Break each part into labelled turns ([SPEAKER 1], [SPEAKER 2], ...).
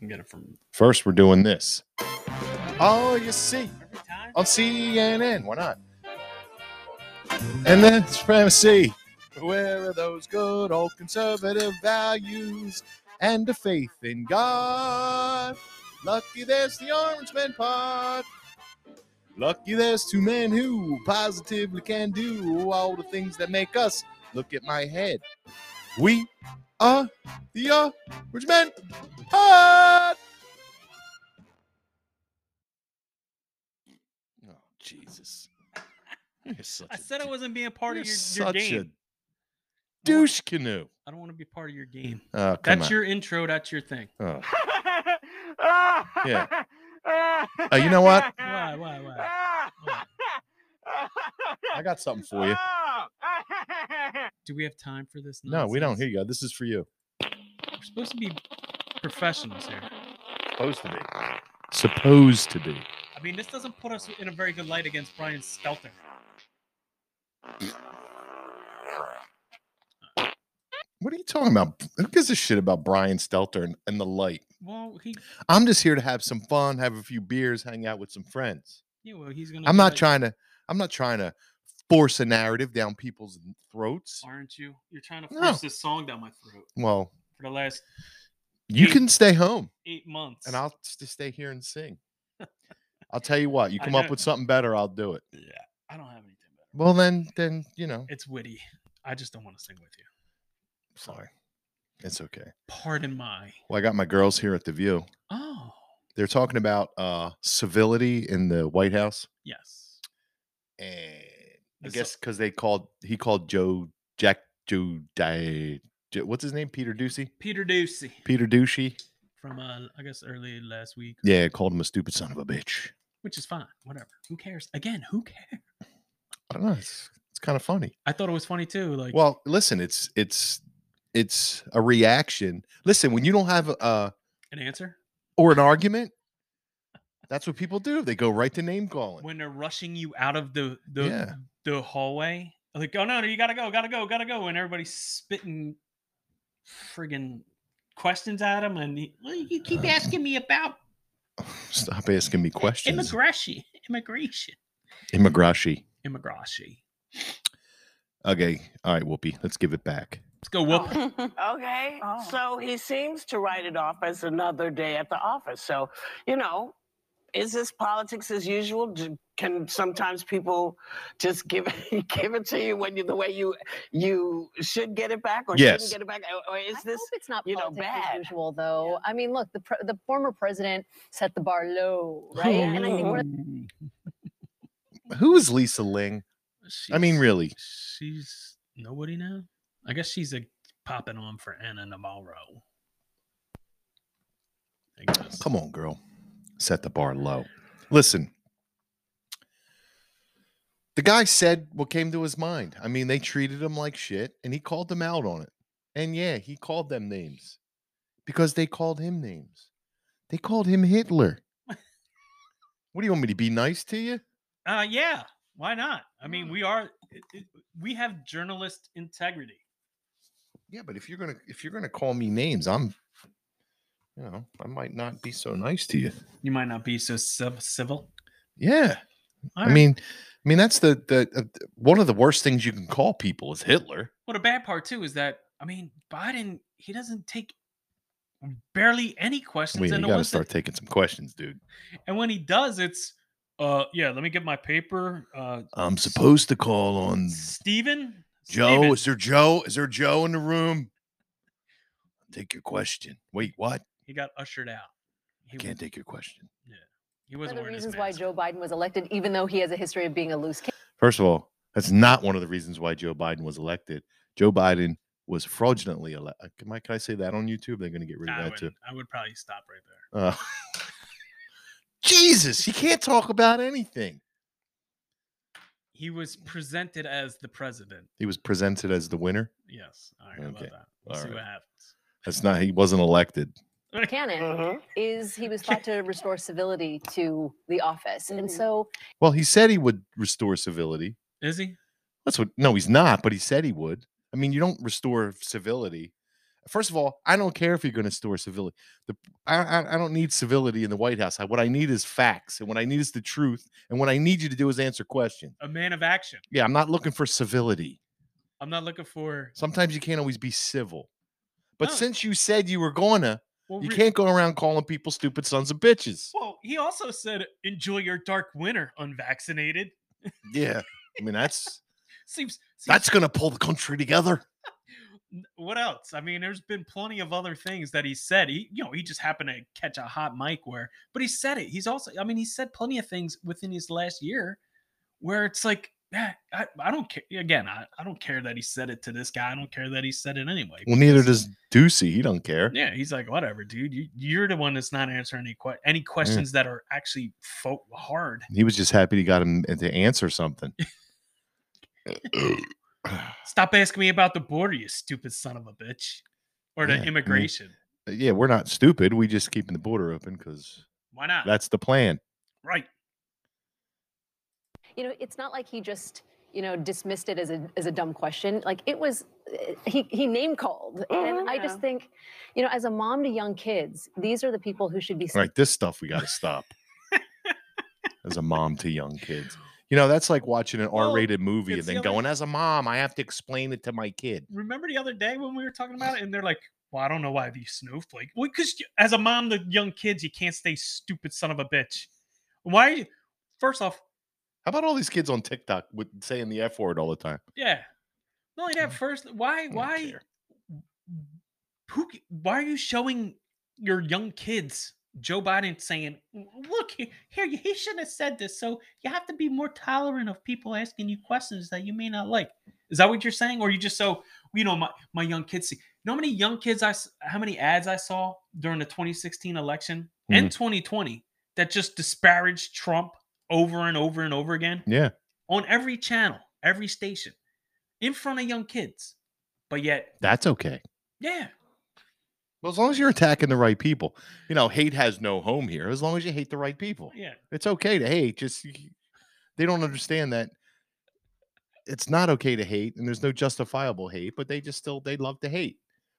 [SPEAKER 1] You get it from
[SPEAKER 2] First, we're doing this. Oh, you see
[SPEAKER 1] every time.
[SPEAKER 2] on CNN. Why not? And then supremacy. Where are those good old conservative values and a faith in God? Lucky there's the Orange Man Pod. Lucky there's two men who positively can do all the things that make us look at my head. We are the Orange Man Pod. Oh, Jesus. You're such
[SPEAKER 1] I
[SPEAKER 2] a
[SPEAKER 1] said I
[SPEAKER 2] dick.
[SPEAKER 1] wasn't being part
[SPEAKER 2] You're
[SPEAKER 1] of your, your
[SPEAKER 2] such
[SPEAKER 1] game.
[SPEAKER 2] a douche canoe.
[SPEAKER 1] I don't want to be part of your game.
[SPEAKER 2] Oh, come
[SPEAKER 1] That's
[SPEAKER 2] on.
[SPEAKER 1] your intro. That's your thing.
[SPEAKER 2] Oh.
[SPEAKER 3] yeah.
[SPEAKER 2] Uh, you know what?
[SPEAKER 1] Why? Why? Why?
[SPEAKER 2] I got something for you.
[SPEAKER 1] Do we have time for this?
[SPEAKER 2] No, we don't.
[SPEAKER 1] nonsense?
[SPEAKER 2] Here you go. This is for you.
[SPEAKER 1] We're supposed to be professionals here.
[SPEAKER 2] Supposed to be. Supposed to be.
[SPEAKER 1] I mean, this doesn't put us in a very good light against Brian Stelter.
[SPEAKER 2] What are you talking about? Who gives a shit about Brian Stelter and, and the light?
[SPEAKER 1] Well, he,
[SPEAKER 2] I'm just here to have some fun, have a few beers, hang out with some friends.
[SPEAKER 1] yeah, well, he's gonna.
[SPEAKER 2] I'm
[SPEAKER 1] be
[SPEAKER 2] not
[SPEAKER 1] like,
[SPEAKER 2] trying to. I'm not trying to force a narrative down people's throats.
[SPEAKER 1] Aren't you? You're trying to force
[SPEAKER 2] No.
[SPEAKER 1] this song down my throat
[SPEAKER 2] Well,
[SPEAKER 1] for the last
[SPEAKER 2] you
[SPEAKER 1] Hey.
[SPEAKER 2] can stay home,
[SPEAKER 1] eight months.
[SPEAKER 2] and I'll just stay here and sing. I'll tell you what. You
[SPEAKER 1] I
[SPEAKER 2] come up
[SPEAKER 1] know.
[SPEAKER 2] with something better, I'll do it.
[SPEAKER 1] Yeah, I don't have anything better.
[SPEAKER 2] Well, then, then you know.
[SPEAKER 1] It's witty. I just don't want to sing with you.
[SPEAKER 2] Sorry, it's okay.
[SPEAKER 1] Pardon my.
[SPEAKER 2] Well, I got my girls here at the View.
[SPEAKER 1] Oh
[SPEAKER 2] They're talking about uh civility in the White House,
[SPEAKER 1] yes.
[SPEAKER 2] and I
[SPEAKER 1] The so-
[SPEAKER 2] guess because they called he called Joe Jack Joe Di, Jo- what's his name Peter Ducey
[SPEAKER 1] Peter Ducey
[SPEAKER 2] Peter Ducey
[SPEAKER 1] from uh, I guess early last week,
[SPEAKER 2] yeah called him a stupid son of a bitch.
[SPEAKER 1] which is fine. Whatever. Who cares? Again, who cares?
[SPEAKER 2] I don't know. It's it's kind of funny.
[SPEAKER 1] I thought it was funny too. Like,
[SPEAKER 2] Well, listen, it's it's it's a reaction. Listen, when you don't have a uh,
[SPEAKER 1] an answer
[SPEAKER 2] or an argument, that's what people do. They go right to name calling.
[SPEAKER 1] when they're rushing you out of the the
[SPEAKER 2] Yeah.
[SPEAKER 1] the hallway. Like, oh no, no, you gotta go, gotta go, gotta go, and everybody's spitting friggin' questions at him, and he, well, you keep
[SPEAKER 2] Uh,
[SPEAKER 1] asking me about
[SPEAKER 2] Stop asking me questions.
[SPEAKER 1] immigration, immigration,
[SPEAKER 2] Immigrashi.
[SPEAKER 1] immigration.
[SPEAKER 2] Okay. All right, Whoopi. Let's give it back.
[SPEAKER 1] Let's go whoop.
[SPEAKER 3] Okay.
[SPEAKER 4] Oh.
[SPEAKER 3] So he seems to write it off as another day at the office. So, you know, is this politics as usual? D- Can sometimes people just give it, give it to you when you the way you you should get it back or
[SPEAKER 2] Yes.
[SPEAKER 3] shouldn't get it back? Or- Or is
[SPEAKER 4] I
[SPEAKER 3] this
[SPEAKER 4] hope it's not
[SPEAKER 3] you know,
[SPEAKER 4] politics
[SPEAKER 3] bad?
[SPEAKER 4] as usual, though. I mean, look, the pre- the former president set the bar low, right? and I think one of
[SPEAKER 2] Who is Lisa Ling? I mean,
[SPEAKER 1] She's-
[SPEAKER 2] really.
[SPEAKER 1] she's nobody now. I guess she's like popping on for Anna Navarro. I guess.
[SPEAKER 2] Come on, girl. Set the bar low. Listen. The guy said what came to his mind. I mean, they treated him like shit and he called them out on it. And yeah, he called them names because they called him names. They called him Hitler. what do you want me to be nice to you?
[SPEAKER 1] Uh, yeah. Why not? I mean, we are it, it, we have journalist integrity.
[SPEAKER 2] Yeah, but if you're going to if you're going to call me names, I'm you know, I might not be so nice to you.
[SPEAKER 1] You might not be so civ- civil.
[SPEAKER 2] Yeah.
[SPEAKER 1] All
[SPEAKER 2] I
[SPEAKER 1] right.
[SPEAKER 2] mean, I mean that's the the uh, th- one of the worst things you can call people is Hitler.
[SPEAKER 1] well, the bad part too is that I mean, Biden he doesn't take barely any questions,
[SPEAKER 2] We
[SPEAKER 1] and, the
[SPEAKER 2] got to
[SPEAKER 1] ones that-
[SPEAKER 2] start taking some questions, dude.
[SPEAKER 1] and when he does, it's uh, yeah. Let me get my paper. Uh,
[SPEAKER 2] I'm supposed to call on
[SPEAKER 1] Stephen.
[SPEAKER 2] Mm. Joe.
[SPEAKER 1] Steven.
[SPEAKER 2] Is there Joe? Is there Joe in the room? Take your question. Wait, what?
[SPEAKER 1] he got ushered out. He
[SPEAKER 2] I
[SPEAKER 1] was,
[SPEAKER 2] can't take your question.
[SPEAKER 1] he
[SPEAKER 4] one of
[SPEAKER 1] wasn't
[SPEAKER 4] the
[SPEAKER 1] wearing his
[SPEAKER 4] reasons why
[SPEAKER 1] mask.
[SPEAKER 4] Joe Biden was elected, even though he has a history of being a loose cannon.
[SPEAKER 2] First of all, that's not one of the reasons why Joe Biden was elected. Joe Biden was fraudulently elected. Can I, can I say that on YouTube? They're going to get rid of
[SPEAKER 1] I
[SPEAKER 2] that
[SPEAKER 1] would,
[SPEAKER 2] too.
[SPEAKER 1] I would probably stop right there.
[SPEAKER 2] Uh, Jesus, you can't talk about anything.
[SPEAKER 1] He was presented as the president.
[SPEAKER 2] He was presented as the winner.
[SPEAKER 1] Yes. All right. How
[SPEAKER 2] Okay.
[SPEAKER 1] about that? We'll
[SPEAKER 2] All
[SPEAKER 1] see
[SPEAKER 2] right.
[SPEAKER 1] what happens.
[SPEAKER 2] That's not. He wasn't elected.
[SPEAKER 4] Cannon
[SPEAKER 3] Mhm.
[SPEAKER 4] is he was thought to restore civility to the office, and
[SPEAKER 3] Mm-hmm.
[SPEAKER 4] so
[SPEAKER 2] Well, he said he would restore civility.
[SPEAKER 1] Is he?
[SPEAKER 2] That's what. No, he's not. But he said he would. I mean, you don't restore civility. First of all, I don't care if you're going to store civility. The, I, I, I don't need civility in the White House. I- What I need is facts, and what I need is the truth, and what I need you to do is answer questions.
[SPEAKER 1] A man of action.
[SPEAKER 2] Yeah, I'm not looking for civility.
[SPEAKER 1] I'm not looking for.
[SPEAKER 2] Sometimes you can't always be civil. But
[SPEAKER 1] No.
[SPEAKER 2] since you said you were gonna,
[SPEAKER 1] Well,
[SPEAKER 2] you
[SPEAKER 1] re-
[SPEAKER 2] can't go around calling people stupid sons of bitches.
[SPEAKER 1] Well, he also said, "Enjoy your dark winter, unvaccinated."
[SPEAKER 2] Yeah. I mean, that's
[SPEAKER 1] Seems, seems
[SPEAKER 2] that's gonna pull the country together.
[SPEAKER 1] N- what else? I mean, there's been plenty of other things that he said. He, you know, he just happened to catch a hot mic where, but he said it. He's also, I mean, he said plenty of things within his last year where it's like, yeah, I, I don't care. Again, I, I don't care that he said it to this guy. I don't care that he said it anyway.
[SPEAKER 2] Well, neither
[SPEAKER 1] because-
[SPEAKER 2] does Ducey. He don't care.
[SPEAKER 1] Yeah, he's like, whatever, dude. You, you're the one that's not answering any que- any questions that are actually fo- hard.
[SPEAKER 2] He was just happy he got him uh, to answer something. Uh,
[SPEAKER 1] Stop asking me about the border, you stupid son of a bitch, or
[SPEAKER 2] Yeah, I
[SPEAKER 1] the
[SPEAKER 2] mean,
[SPEAKER 1] immigration.
[SPEAKER 2] yeah, we're not stupid. We just keeping the border open because
[SPEAKER 1] Why not?
[SPEAKER 2] that's the plan.
[SPEAKER 1] right.
[SPEAKER 4] you know, it's not like he just, you know, dismissed it as a as a dumb question. Like it was, eh, he he name called, and I
[SPEAKER 3] Mm-hmm.
[SPEAKER 4] just
[SPEAKER 3] Yeah.
[SPEAKER 4] think, you know, as a mom to young kids, these are the people who should be.
[SPEAKER 2] All right, this stuff we got to stop. as a mom to young kids, you know that's like watching an
[SPEAKER 1] Well,
[SPEAKER 2] R-rated movie and
[SPEAKER 1] it's the
[SPEAKER 2] then
[SPEAKER 1] other-
[SPEAKER 2] going, "As a mom, I have to explain it to my kid."
[SPEAKER 1] remember the other day when we were talking about it and they're like well i don't know why these snowflake well because as a mom to young kids you can't stay stupid son of a bitch why you first off
[SPEAKER 2] How about all these kids on TikTok with saying the F word all the time?
[SPEAKER 1] yeah not only that
[SPEAKER 2] Mm.
[SPEAKER 1] first why
[SPEAKER 2] don't
[SPEAKER 1] why
[SPEAKER 2] care.
[SPEAKER 1] who c- why are you showing your young kids joe biden saying look he- here he shouldn't have said this so you have to be more tolerant of people asking you questions that you may not like is that what you're saying or you just so you know my, my young kids see you know how many young kids i s- how many ads i saw during the 2016 election and 2020 that just disparaged trump over and over and over again
[SPEAKER 2] Yeah,
[SPEAKER 1] on every channel every station in front of young kids but yet
[SPEAKER 2] that's okay.
[SPEAKER 1] yeah
[SPEAKER 2] Well, as long as you're attacking the right people, you know, hate has no home here. As long as you hate the right people,
[SPEAKER 1] yeah
[SPEAKER 2] it's okay to hate. Just y- they don't understand that it's not okay to hate, and there's no justifiable hate. But they just still they love to hate.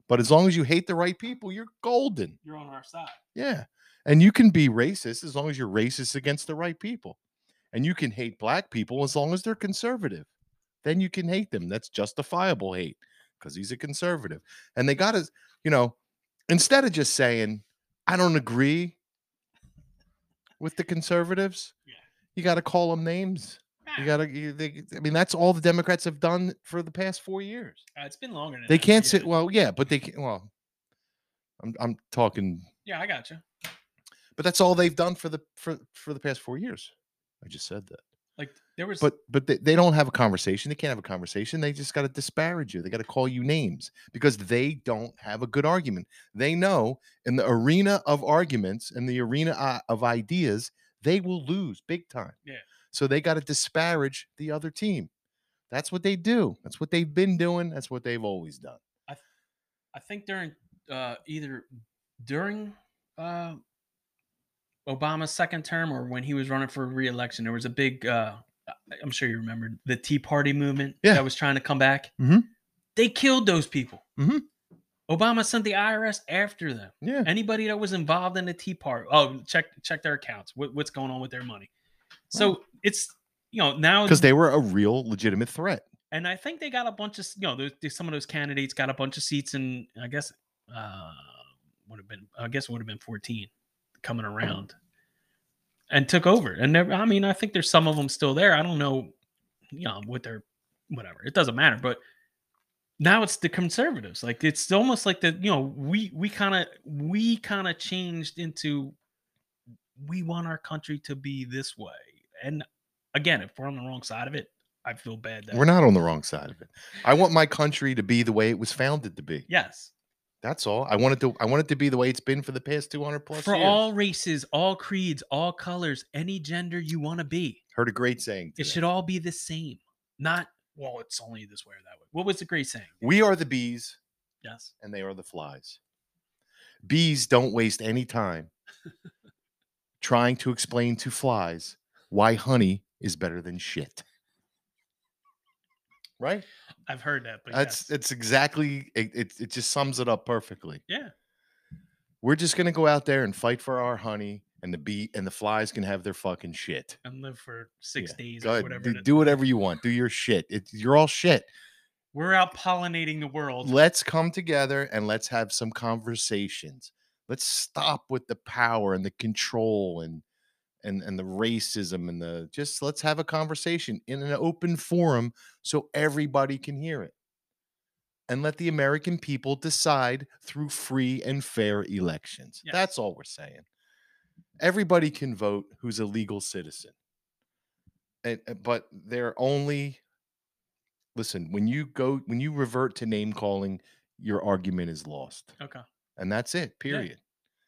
[SPEAKER 2] But as long as you hate the right people, you're golden.
[SPEAKER 1] you're on our side
[SPEAKER 2] Yeah, and you can be racist as long as you're racist against the right people, and you can hate black people as long as they're conservative. Then you can hate them. That's justifiable hate because he's a conservative, and they got to, you know, instead of just saying I don't agree with the conservatives,
[SPEAKER 1] Yeah.
[SPEAKER 2] you got to call them names. You
[SPEAKER 1] Ah,
[SPEAKER 2] got to. You, they, I mean, that's all the Democrats have done for the past four years.
[SPEAKER 1] uh, it's been longer than
[SPEAKER 2] They
[SPEAKER 1] that,
[SPEAKER 2] can't
[SPEAKER 1] yeah.
[SPEAKER 2] sit. Well, yeah, but they can. Well, I'm I'm talking
[SPEAKER 1] yeah i got you
[SPEAKER 2] but that's all they've done for the for for the past four years. I just said that.
[SPEAKER 1] like there was
[SPEAKER 2] But but they, they don't have a conversation. They can't have a conversation. They just got to disparage you. They got to call you names because they don't have a good argument. They know in the arena of arguments in the arena uh, of ideas, they will lose big time.
[SPEAKER 1] Yeah.
[SPEAKER 2] So they got to disparage the other team. That's what they do. That's what they've been doing. That's what they've always done.
[SPEAKER 1] I think during uh, either during uh, Obama's second term or when he was running for reelection, there was a big. Uh, I- I'm sure you remember the Tea Party movement
[SPEAKER 2] Yeah.
[SPEAKER 1] that was trying to come back.
[SPEAKER 2] Mhm.
[SPEAKER 1] They killed those people.
[SPEAKER 2] Mhm.
[SPEAKER 1] Obama sent the IRS after them.
[SPEAKER 2] Yeah.
[SPEAKER 1] Anybody that was involved in the Tea Party, oh, check check their accounts. What, what's going on with their money? So it's you know now
[SPEAKER 2] Because they were a real legitimate threat.
[SPEAKER 1] and I think they got a bunch of s- you know those, those- some of those candidates got a bunch of seats, and I guess uh, would have been I guess it would have been fourteen coming around, and took over. And there, I mean, I think there's some of them still there. I don't know, you know, what they're whatever. It doesn't matter. But now it's the conservatives. Like it's almost like the you know we we kind of we kind of changed into we want our country to be this way. And again, if we're on the wrong side of it. I feel bad that
[SPEAKER 2] We're not on the wrong side of it. I want my country to be the way it was founded to be.
[SPEAKER 1] Yes.
[SPEAKER 2] That's all. I want it to. I want it to be the way it's been for the past two hundred plus
[SPEAKER 1] For
[SPEAKER 2] years.
[SPEAKER 1] all races, all creeds, all colors, any gender you want to be,
[SPEAKER 2] Heard a great saying.
[SPEAKER 1] it
[SPEAKER 2] today.
[SPEAKER 1] should all be the same. Not, well, it's only this way or that way. What was the great saying?
[SPEAKER 2] we are the bees,
[SPEAKER 1] Yes.
[SPEAKER 2] and they are the flies. Bees don't waste any time trying to explain to flies why honey is better than shit. right?
[SPEAKER 1] I've heard that, but
[SPEAKER 2] That's
[SPEAKER 1] yes.
[SPEAKER 2] it's exactly it, it. It just sums it up perfectly.
[SPEAKER 1] yeah.
[SPEAKER 2] We're just gonna go out there and fight for our honey, and the bee and the flies can have their fucking shit.
[SPEAKER 1] And live for six
[SPEAKER 2] Yeah.
[SPEAKER 1] days
[SPEAKER 2] Go
[SPEAKER 1] or
[SPEAKER 2] ahead,
[SPEAKER 1] whatever.
[SPEAKER 2] do,
[SPEAKER 1] it is.
[SPEAKER 2] do whatever you want. Do your shit. It, you're all shit.
[SPEAKER 1] We're out pollinating the world.
[SPEAKER 2] Let's come together and let's have some conversations. Let's stop with the power and the control and and and the racism and the just let's have a conversation in an open forum so everybody can hear it. And let the American people decide through free and fair elections.
[SPEAKER 1] Yes.
[SPEAKER 2] That's all we're saying. Everybody can vote who's a legal citizen. And, uh, but they're only listen, when you go when you revert to name calling, your argument is lost.
[SPEAKER 1] okay.
[SPEAKER 2] And that's it, period.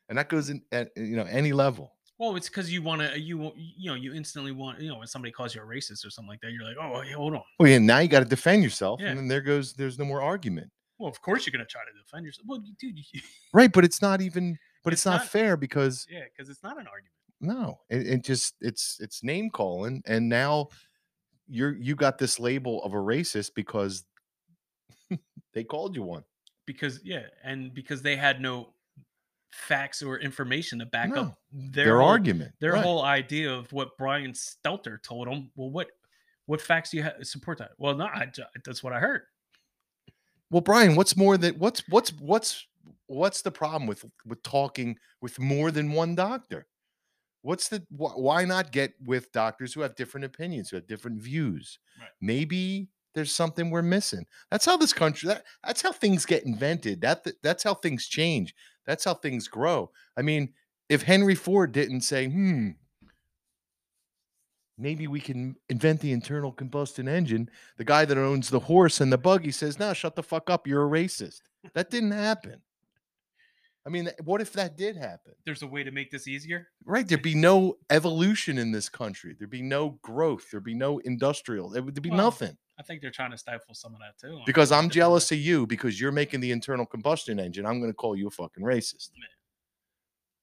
[SPEAKER 2] And that goes in at you know any level.
[SPEAKER 1] Well, it's because you want to, you wa- you know, you instantly want, you know, when somebody calls you a racist or something like that, you're like, oh, hey, hold on.
[SPEAKER 2] Well, yeah, now you got to defend yourself,
[SPEAKER 1] Yeah.
[SPEAKER 2] and then there goes there's no more argument,
[SPEAKER 1] Well, of course you're gonna try to defend yourself. Well, you- dude, you,
[SPEAKER 2] right? But it's not even, but it's,
[SPEAKER 1] It's
[SPEAKER 2] not,
[SPEAKER 1] not-
[SPEAKER 2] fair because
[SPEAKER 1] yeah, because it's not an argument.
[SPEAKER 2] no, it, it just it's it's name calling, and now you're you got this label of a racist because they called you one.
[SPEAKER 1] Because yeah, and because they had no facts or information to back
[SPEAKER 2] No,
[SPEAKER 1] up their,
[SPEAKER 2] Their,
[SPEAKER 1] whole-
[SPEAKER 2] argument,
[SPEAKER 1] their
[SPEAKER 2] right.
[SPEAKER 1] whole idea of what Brian Stelter told them. Well, what what facts do you ha- support that? Well, no, I, ju- that's what I heard.
[SPEAKER 2] Well, Brian, what's more than what's what's what's what's the problem with with talking with more than one doctor? What's the wh- why not get with doctors who have different opinions, who have different views?
[SPEAKER 1] Right.
[SPEAKER 2] Maybe there's something we're missing. That's how this country that, that's how things get invented. That th- that's how things change. That's how things grow. I mean, if Henry Ford didn't say, "Hmm, maybe we can invent the internal combustion engine," the guy that owns the horse and the buggy says, "No, shut the fuck up. You're a racist." That didn't happen. I mean, th- what if that did happen?
[SPEAKER 1] There's a way to make this easier.
[SPEAKER 2] Right? There'd be no evolution in this country. There'd be no growth. There'd be no industrial. There would there'd be
[SPEAKER 1] Well,
[SPEAKER 2] nothing
[SPEAKER 1] I think they're trying to stifle some of that too. on
[SPEAKER 2] because I'm
[SPEAKER 1] different levels.
[SPEAKER 2] jealous of you because you're making the internal combustion engine. I'm going to call you a fucking racist
[SPEAKER 1] Yeah.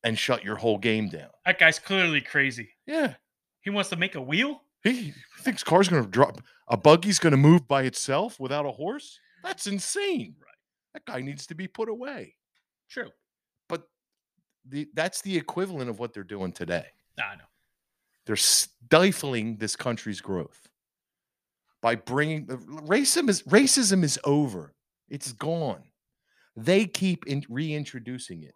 [SPEAKER 2] and shut your whole game down.
[SPEAKER 1] That guy's clearly crazy.
[SPEAKER 2] Yeah.
[SPEAKER 1] He wants to make a wheel.
[SPEAKER 2] He thinks car's going to drop. A buggy's going to move by itself without a horse. That's insane.
[SPEAKER 1] Right.
[SPEAKER 2] That guy needs to be put away.
[SPEAKER 1] True.
[SPEAKER 2] the, that's the equivalent of what they're doing today.
[SPEAKER 1] I know.
[SPEAKER 2] They're stifling this country's growth by bringing racism is racism is over. It's gone. They keep in, reintroducing it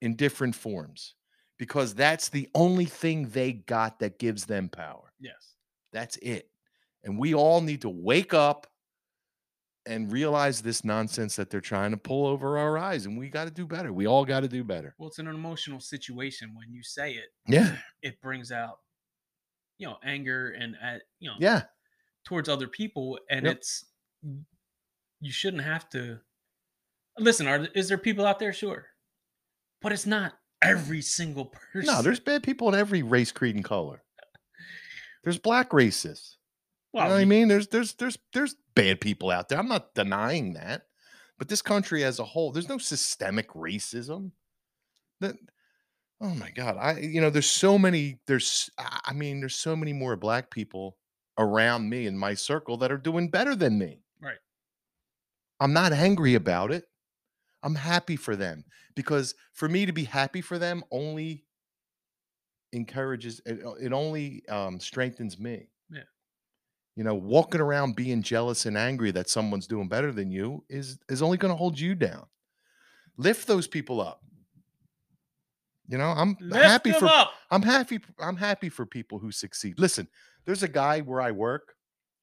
[SPEAKER 2] in different forms because that's the only thing they got that gives them power.
[SPEAKER 1] Yes.
[SPEAKER 2] That's it. And we all need to wake up and realize this nonsense that they're trying to pull over our eyes and we got to do better. We all got to do better.
[SPEAKER 1] Well, it's an emotional situation when you say it.
[SPEAKER 2] Yeah.
[SPEAKER 1] It brings out, you know, anger and uh, you know,
[SPEAKER 2] Yeah.
[SPEAKER 1] towards other people, and
[SPEAKER 2] Yep.
[SPEAKER 1] it's you shouldn't have to. Listen, are is there people out there? Sure, but it's not every single person.
[SPEAKER 2] No, there's bad people in every race, creed, and color. There's black racists. You
[SPEAKER 1] Well,
[SPEAKER 2] know what I
[SPEAKER 1] you-
[SPEAKER 2] mean? There's there's there's there's bad people out there. I'm not denying that. But this country as a whole, there's no systemic racism. That oh my god. I you know, there's so many, there's I I mean, there's so many more black people around me in my circle that are doing better than me.
[SPEAKER 1] Right.
[SPEAKER 2] I'm not angry about it. I'm happy for them because for me to be happy for them only encourages it, uh, it only um, strengthens me
[SPEAKER 1] Yeah.
[SPEAKER 2] you know walking around being jealous and angry that someone's doing better than you is is only going to hold you down lift those people up you know i'm
[SPEAKER 1] Lift
[SPEAKER 2] happy
[SPEAKER 1] them
[SPEAKER 2] for
[SPEAKER 1] up.
[SPEAKER 2] I'm happy. p- I'm happy for people who succeed. Listen, there's a guy where I work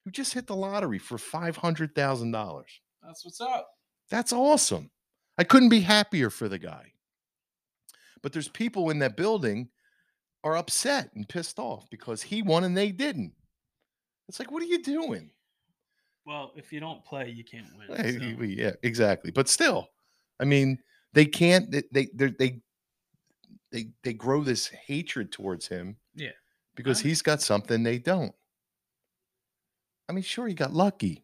[SPEAKER 2] who just hit the lottery for five hundred thousand dollars.
[SPEAKER 1] That's what's up.
[SPEAKER 2] That's awesome. I couldn't be happier for the guy. But there's people in that building are upset and pissed off because he won and they didn't. It's like, what are you doing?
[SPEAKER 1] Well, if you don't play, you can't win.
[SPEAKER 2] Hey,
[SPEAKER 1] so-
[SPEAKER 2] we- Yeah, exactly. But still, I mean, they can't. They they they're- they they they grow this hatred towards him.
[SPEAKER 1] Yeah.
[SPEAKER 2] because
[SPEAKER 1] under-
[SPEAKER 2] he's got something they don't. I mean, sure, he got lucky,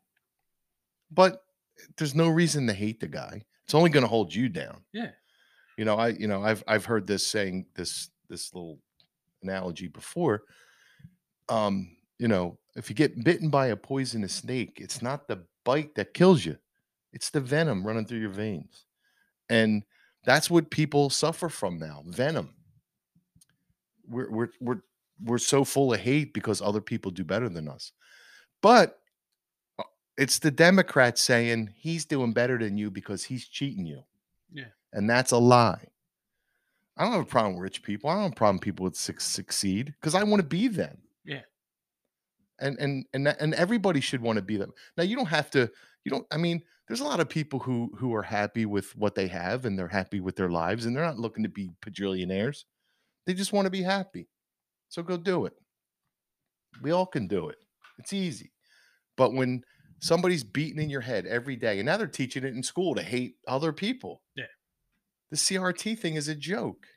[SPEAKER 2] but there's no reason to hate the guy. It's only going to hold you down.
[SPEAKER 1] Yeah.
[SPEAKER 2] You know, I you know I've I've heard this saying this this little analogy before. Um, you know, If you get bitten by a poisonous snake, it's not the bite that kills you, it's the venom running through your veins. And that's what people suffer from now venom. We're, we're, we're, we're so full of hate because other people do better than us. But uh, it's the Democrats saying he's doing better than you because he's cheating you.
[SPEAKER 1] Yeah.
[SPEAKER 2] And that's a lie. I don't have a problem with rich people. I don't have a problem with people that suc- succeed because I want to be them.
[SPEAKER 1] Yeah.
[SPEAKER 2] And and and that- and everybody should want to be them. Now you don't have to. You don't. I mean, there's a lot of people who who are happy with what they have and they're happy with their lives and they're not looking to be bajillionaires. They just want to be happy. So go do it. We all can do it. It's easy. But when somebody's beaten in your head every day, and now they're teaching it in school to hate other people.
[SPEAKER 1] Yeah.
[SPEAKER 2] The CRT thing is a joke.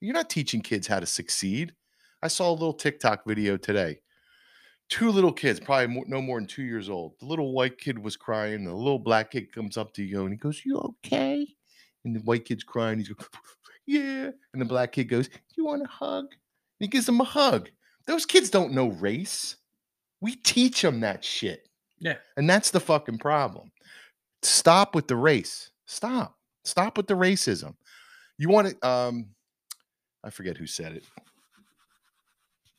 [SPEAKER 2] You're not teaching kids how to succeed. I saw a little TikTok video today. Two little kids, probably more, no more than two years old. The little white kid was crying. and The little black kid comes up to you and he goes, You okay? And the white kid's crying. He's going, Yeah. And the black kid goes, You want a hug? And he gives them a hug. Those kids don't know race. We teach them that shit.
[SPEAKER 1] Yeah.
[SPEAKER 2] And that's the fucking problem. Stop with the race. Stop. Stop with the racism. You want to, um, I forget who said it.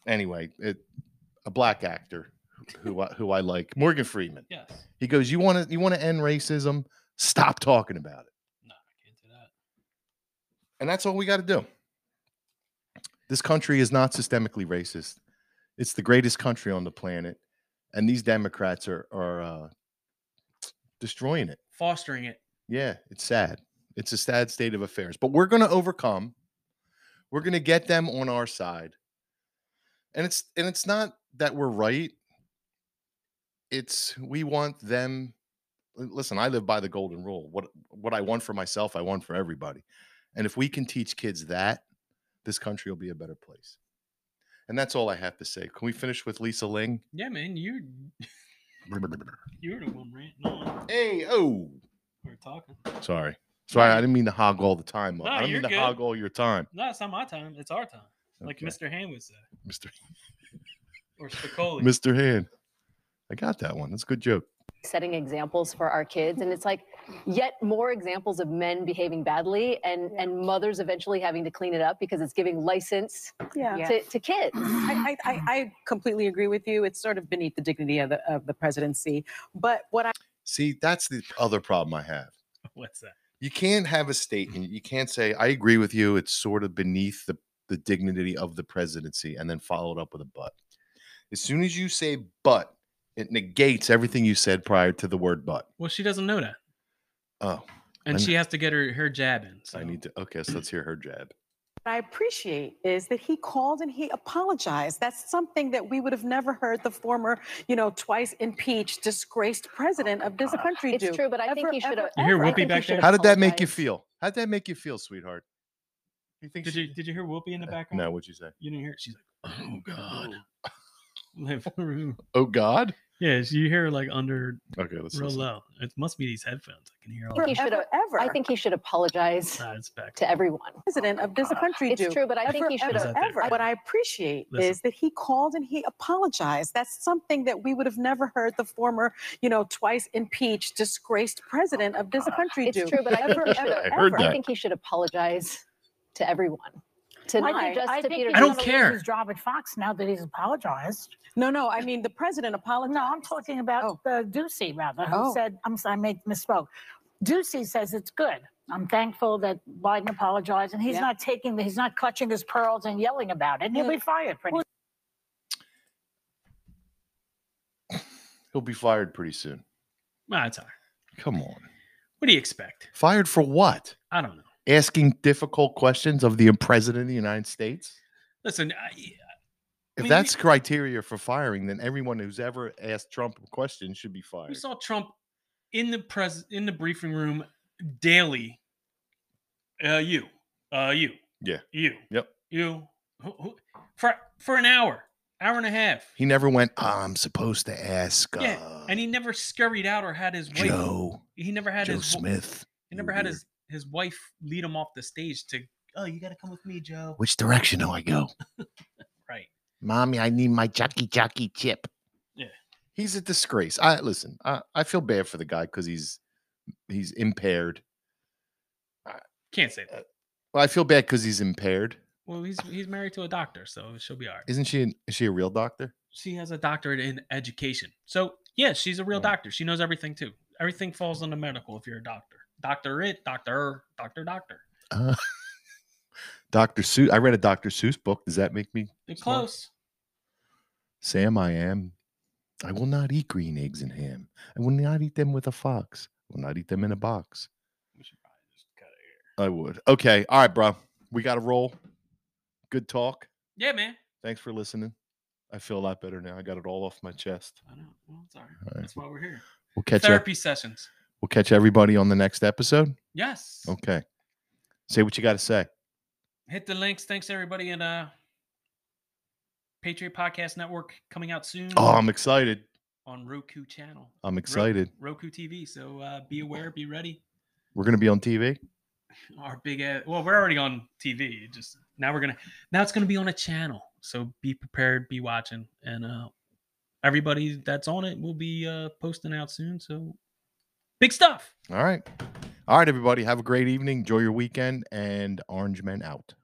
[SPEAKER 2] Anyway, it, a black actor who I, who I like, Morgan Freeman.
[SPEAKER 1] Yes. No,
[SPEAKER 2] He goes, "You want to you want to end racism? Stop talking about it."
[SPEAKER 1] I can't do that.
[SPEAKER 2] And that's all we got to do. This country is not systemically racist. It's the greatest country on the planet, and these Democrats are are uh, destroying it.
[SPEAKER 1] Fostering it.
[SPEAKER 2] Yeah, it's sad. It's a sad state of affairs. But we're going to overcome. We're going to get them on our side. And it's and it's not that we're right. It's we want them l- Listen, I live by the golden rule. What what I want for myself, I want for everybody. And if we can teach kids that, this country will be a better place. And that's all I have to say. Can we finish with Lisa Ling?
[SPEAKER 1] Yeah, man. You you're the one ranting on.
[SPEAKER 2] Hey, oh,
[SPEAKER 1] We're talking.
[SPEAKER 2] sorry. Sorry, I didn't mean to hog all the time. up.
[SPEAKER 1] No,
[SPEAKER 2] I don't
[SPEAKER 1] you're
[SPEAKER 2] mean to
[SPEAKER 1] good.
[SPEAKER 2] hog all your time.
[SPEAKER 1] No, it's not my time. It's our time. Like
[SPEAKER 2] Okay.
[SPEAKER 1] Mr. Ham would say,
[SPEAKER 2] Mr.
[SPEAKER 1] or Spicoli.
[SPEAKER 2] Mr. Hand. I got that one. That's a good joke.
[SPEAKER 4] setting examples for our kids and it's like yet more examples of men behaving badly and and mothers eventually having to clean it up because it's giving license
[SPEAKER 5] Yeah.
[SPEAKER 4] to, to kids
[SPEAKER 5] I, I, I- I completely agree with you. It's sort of beneath the dignity of the, of the presidency. But what I
[SPEAKER 2] See, that's the other problem I have.
[SPEAKER 1] What's that?
[SPEAKER 2] You can't have a statement. You can't say, I agree with you. It's sort of beneath the, the dignity of the presidency and then follow it up with a but. As soon as you say but, it negates everything you said prior to the word but.
[SPEAKER 1] Well, she doesn't know that,
[SPEAKER 2] Oh,
[SPEAKER 1] and
[SPEAKER 2] I
[SPEAKER 1] she has to get her her jab in. So
[SPEAKER 2] I need to. Okay, so let's hear her jab.
[SPEAKER 5] I appreciate is that he called and he apologized. That's something that we would have never heard the former, you know, twice impeached, disgraced president of this country
[SPEAKER 4] Oh, it's
[SPEAKER 5] do.
[SPEAKER 4] true but i think
[SPEAKER 5] Ever-
[SPEAKER 4] he should have
[SPEAKER 5] ever-
[SPEAKER 1] You hear
[SPEAKER 4] I
[SPEAKER 1] Whoopi
[SPEAKER 4] think he
[SPEAKER 1] back
[SPEAKER 4] should
[SPEAKER 1] there?
[SPEAKER 4] have
[SPEAKER 2] How did that make you
[SPEAKER 4] apologized.
[SPEAKER 2] feel? How did that make you feel, sweetheart? You think
[SPEAKER 1] Did
[SPEAKER 2] she-
[SPEAKER 1] you did you hear Whoopi in the
[SPEAKER 2] Uh,
[SPEAKER 1] background?
[SPEAKER 2] No, what'd you say?
[SPEAKER 1] You didn't hear. It? She's like, oh god. Like, yeah,
[SPEAKER 2] Oh, God.
[SPEAKER 1] so you hear her, like under
[SPEAKER 2] Okay, let's
[SPEAKER 1] real
[SPEAKER 2] listen.
[SPEAKER 1] low. It must be these headphones. I can hear all.
[SPEAKER 4] think
[SPEAKER 5] Ever,
[SPEAKER 4] he
[SPEAKER 1] the
[SPEAKER 4] should
[SPEAKER 5] ever,
[SPEAKER 4] have-
[SPEAKER 5] ever
[SPEAKER 4] i think he should apologize
[SPEAKER 1] Nah, it's back.
[SPEAKER 4] to everyone
[SPEAKER 5] president of this country do.
[SPEAKER 4] Oh, it's true but i think
[SPEAKER 5] ever,
[SPEAKER 4] he should
[SPEAKER 1] Is
[SPEAKER 5] ever,
[SPEAKER 4] have
[SPEAKER 1] that
[SPEAKER 5] ever.
[SPEAKER 1] there?
[SPEAKER 5] What I appreciate
[SPEAKER 1] Listen.
[SPEAKER 5] is that he called and he apologized. That's something that we would have never heard the former, you know, twice impeached, disgraced president of this country
[SPEAKER 4] Ah, it's
[SPEAKER 5] do.
[SPEAKER 4] true but i think
[SPEAKER 5] Ever,
[SPEAKER 4] he should
[SPEAKER 5] ever,
[SPEAKER 4] have
[SPEAKER 2] I heard
[SPEAKER 5] ever.
[SPEAKER 4] i
[SPEAKER 2] that.
[SPEAKER 4] think he should apologize to everyone to
[SPEAKER 5] Why?
[SPEAKER 4] not just
[SPEAKER 6] I
[SPEAKER 4] to
[SPEAKER 6] think
[SPEAKER 4] peter
[SPEAKER 6] he's
[SPEAKER 1] I don't
[SPEAKER 6] gonna lose
[SPEAKER 1] care.
[SPEAKER 6] His job at Fox now that he's apologized.
[SPEAKER 5] No, no, I mean the president apologized.
[SPEAKER 6] No, I'm talking about
[SPEAKER 5] Oh.
[SPEAKER 6] uh, Ducey rather, who
[SPEAKER 5] Oh.
[SPEAKER 6] said, "I'm sorry, I made misspoke." Ducey says it's good. I'm thankful that Biden apologized, and he's
[SPEAKER 5] Yeah.
[SPEAKER 6] not taking, he's not clutching his pearls and yelling about it. And he'll be fired pretty.
[SPEAKER 2] He'll be fired pretty soon.
[SPEAKER 1] Nah, it's all right.
[SPEAKER 2] Come on.
[SPEAKER 1] What do you expect?
[SPEAKER 2] Fired for what?
[SPEAKER 1] I don't know.
[SPEAKER 2] Asking difficult questions of the president of the United States?
[SPEAKER 1] Listen, I,
[SPEAKER 2] If
[SPEAKER 1] mean, we-
[SPEAKER 2] that's criteria for firing, then everyone who's ever asked Trump a question should be
[SPEAKER 1] we
[SPEAKER 2] fired.
[SPEAKER 1] saw Trump in the pres in the briefing room daily. Uh, you, uh, you,
[SPEAKER 2] Yeah.
[SPEAKER 1] you,
[SPEAKER 2] Yep.
[SPEAKER 1] you, who, who, for for an hour, hour and a half.
[SPEAKER 2] He never went, I'm supposed to ask uh,
[SPEAKER 1] yeah, and he never scurried out or had his wife.
[SPEAKER 2] Joe,
[SPEAKER 1] he never had
[SPEAKER 2] Joe
[SPEAKER 1] his wi-
[SPEAKER 2] Smith.
[SPEAKER 1] He
[SPEAKER 2] you
[SPEAKER 1] never had
[SPEAKER 2] weird.
[SPEAKER 1] his his wife lead him off the stage to. Oh, you got to come with me, Joe.
[SPEAKER 2] Which direction do I go?
[SPEAKER 1] Right.
[SPEAKER 2] Mommy, I need my jockey jockey chip. He's a disgrace. I listen. I, I feel bad for the guy because he's he's impaired.
[SPEAKER 1] Can't say that.
[SPEAKER 2] Well, I feel bad because he's impaired.
[SPEAKER 1] Well, he's he's married to a doctor, so she'll be all right.
[SPEAKER 2] Isn't she? An, is she a real doctor?
[SPEAKER 1] She has a doctorate in education, so yeah, she's a real
[SPEAKER 2] Mm.
[SPEAKER 1] doctor. She knows everything too. Everything falls under medical if you're a doctor. Doctorate, doctor, doctor, doctor.
[SPEAKER 2] Uh, Doctor Seuss. I read a Doctor Seuss book. Does that make me
[SPEAKER 1] They're
[SPEAKER 2] Smart.
[SPEAKER 1] close.
[SPEAKER 2] Sam, I am. I will not eat green eggs and ham. I will not eat them with a fox. I will not eat them in a box.
[SPEAKER 1] We should probably just cut it here.
[SPEAKER 2] I would. Okay. All right, bro. We got to roll. Good talk.
[SPEAKER 1] Yeah, man.
[SPEAKER 2] Thanks for listening. I feel a lot better now. I got it all off my chest.
[SPEAKER 1] I know. Well, it's all right.
[SPEAKER 2] right.
[SPEAKER 1] That's why we're here.
[SPEAKER 2] We'll catch up.
[SPEAKER 1] Therapy sessions.
[SPEAKER 2] We'll catch everybody on the next episode.
[SPEAKER 1] Yes.
[SPEAKER 2] Okay. Say what you got to say.
[SPEAKER 1] Hit the links. Thanks everybody, and uh, Patriot Podcast Network coming out soon
[SPEAKER 2] Oh, I'm excited.
[SPEAKER 1] on Roku channel,
[SPEAKER 2] I'm excited.
[SPEAKER 1] Roku TV. So uh, be aware, be ready.
[SPEAKER 2] We're going to be on TV.
[SPEAKER 1] Our big ass, well, we're already on TV. it Just now we're gonna now it's gonna be on a channel. So be prepared, be watching, and uh, everybody that's on it will be uh, posting out soon. So big stuff.
[SPEAKER 2] All right. All right, everybody. Have a great evening. Enjoy your weekend and Orange Men out.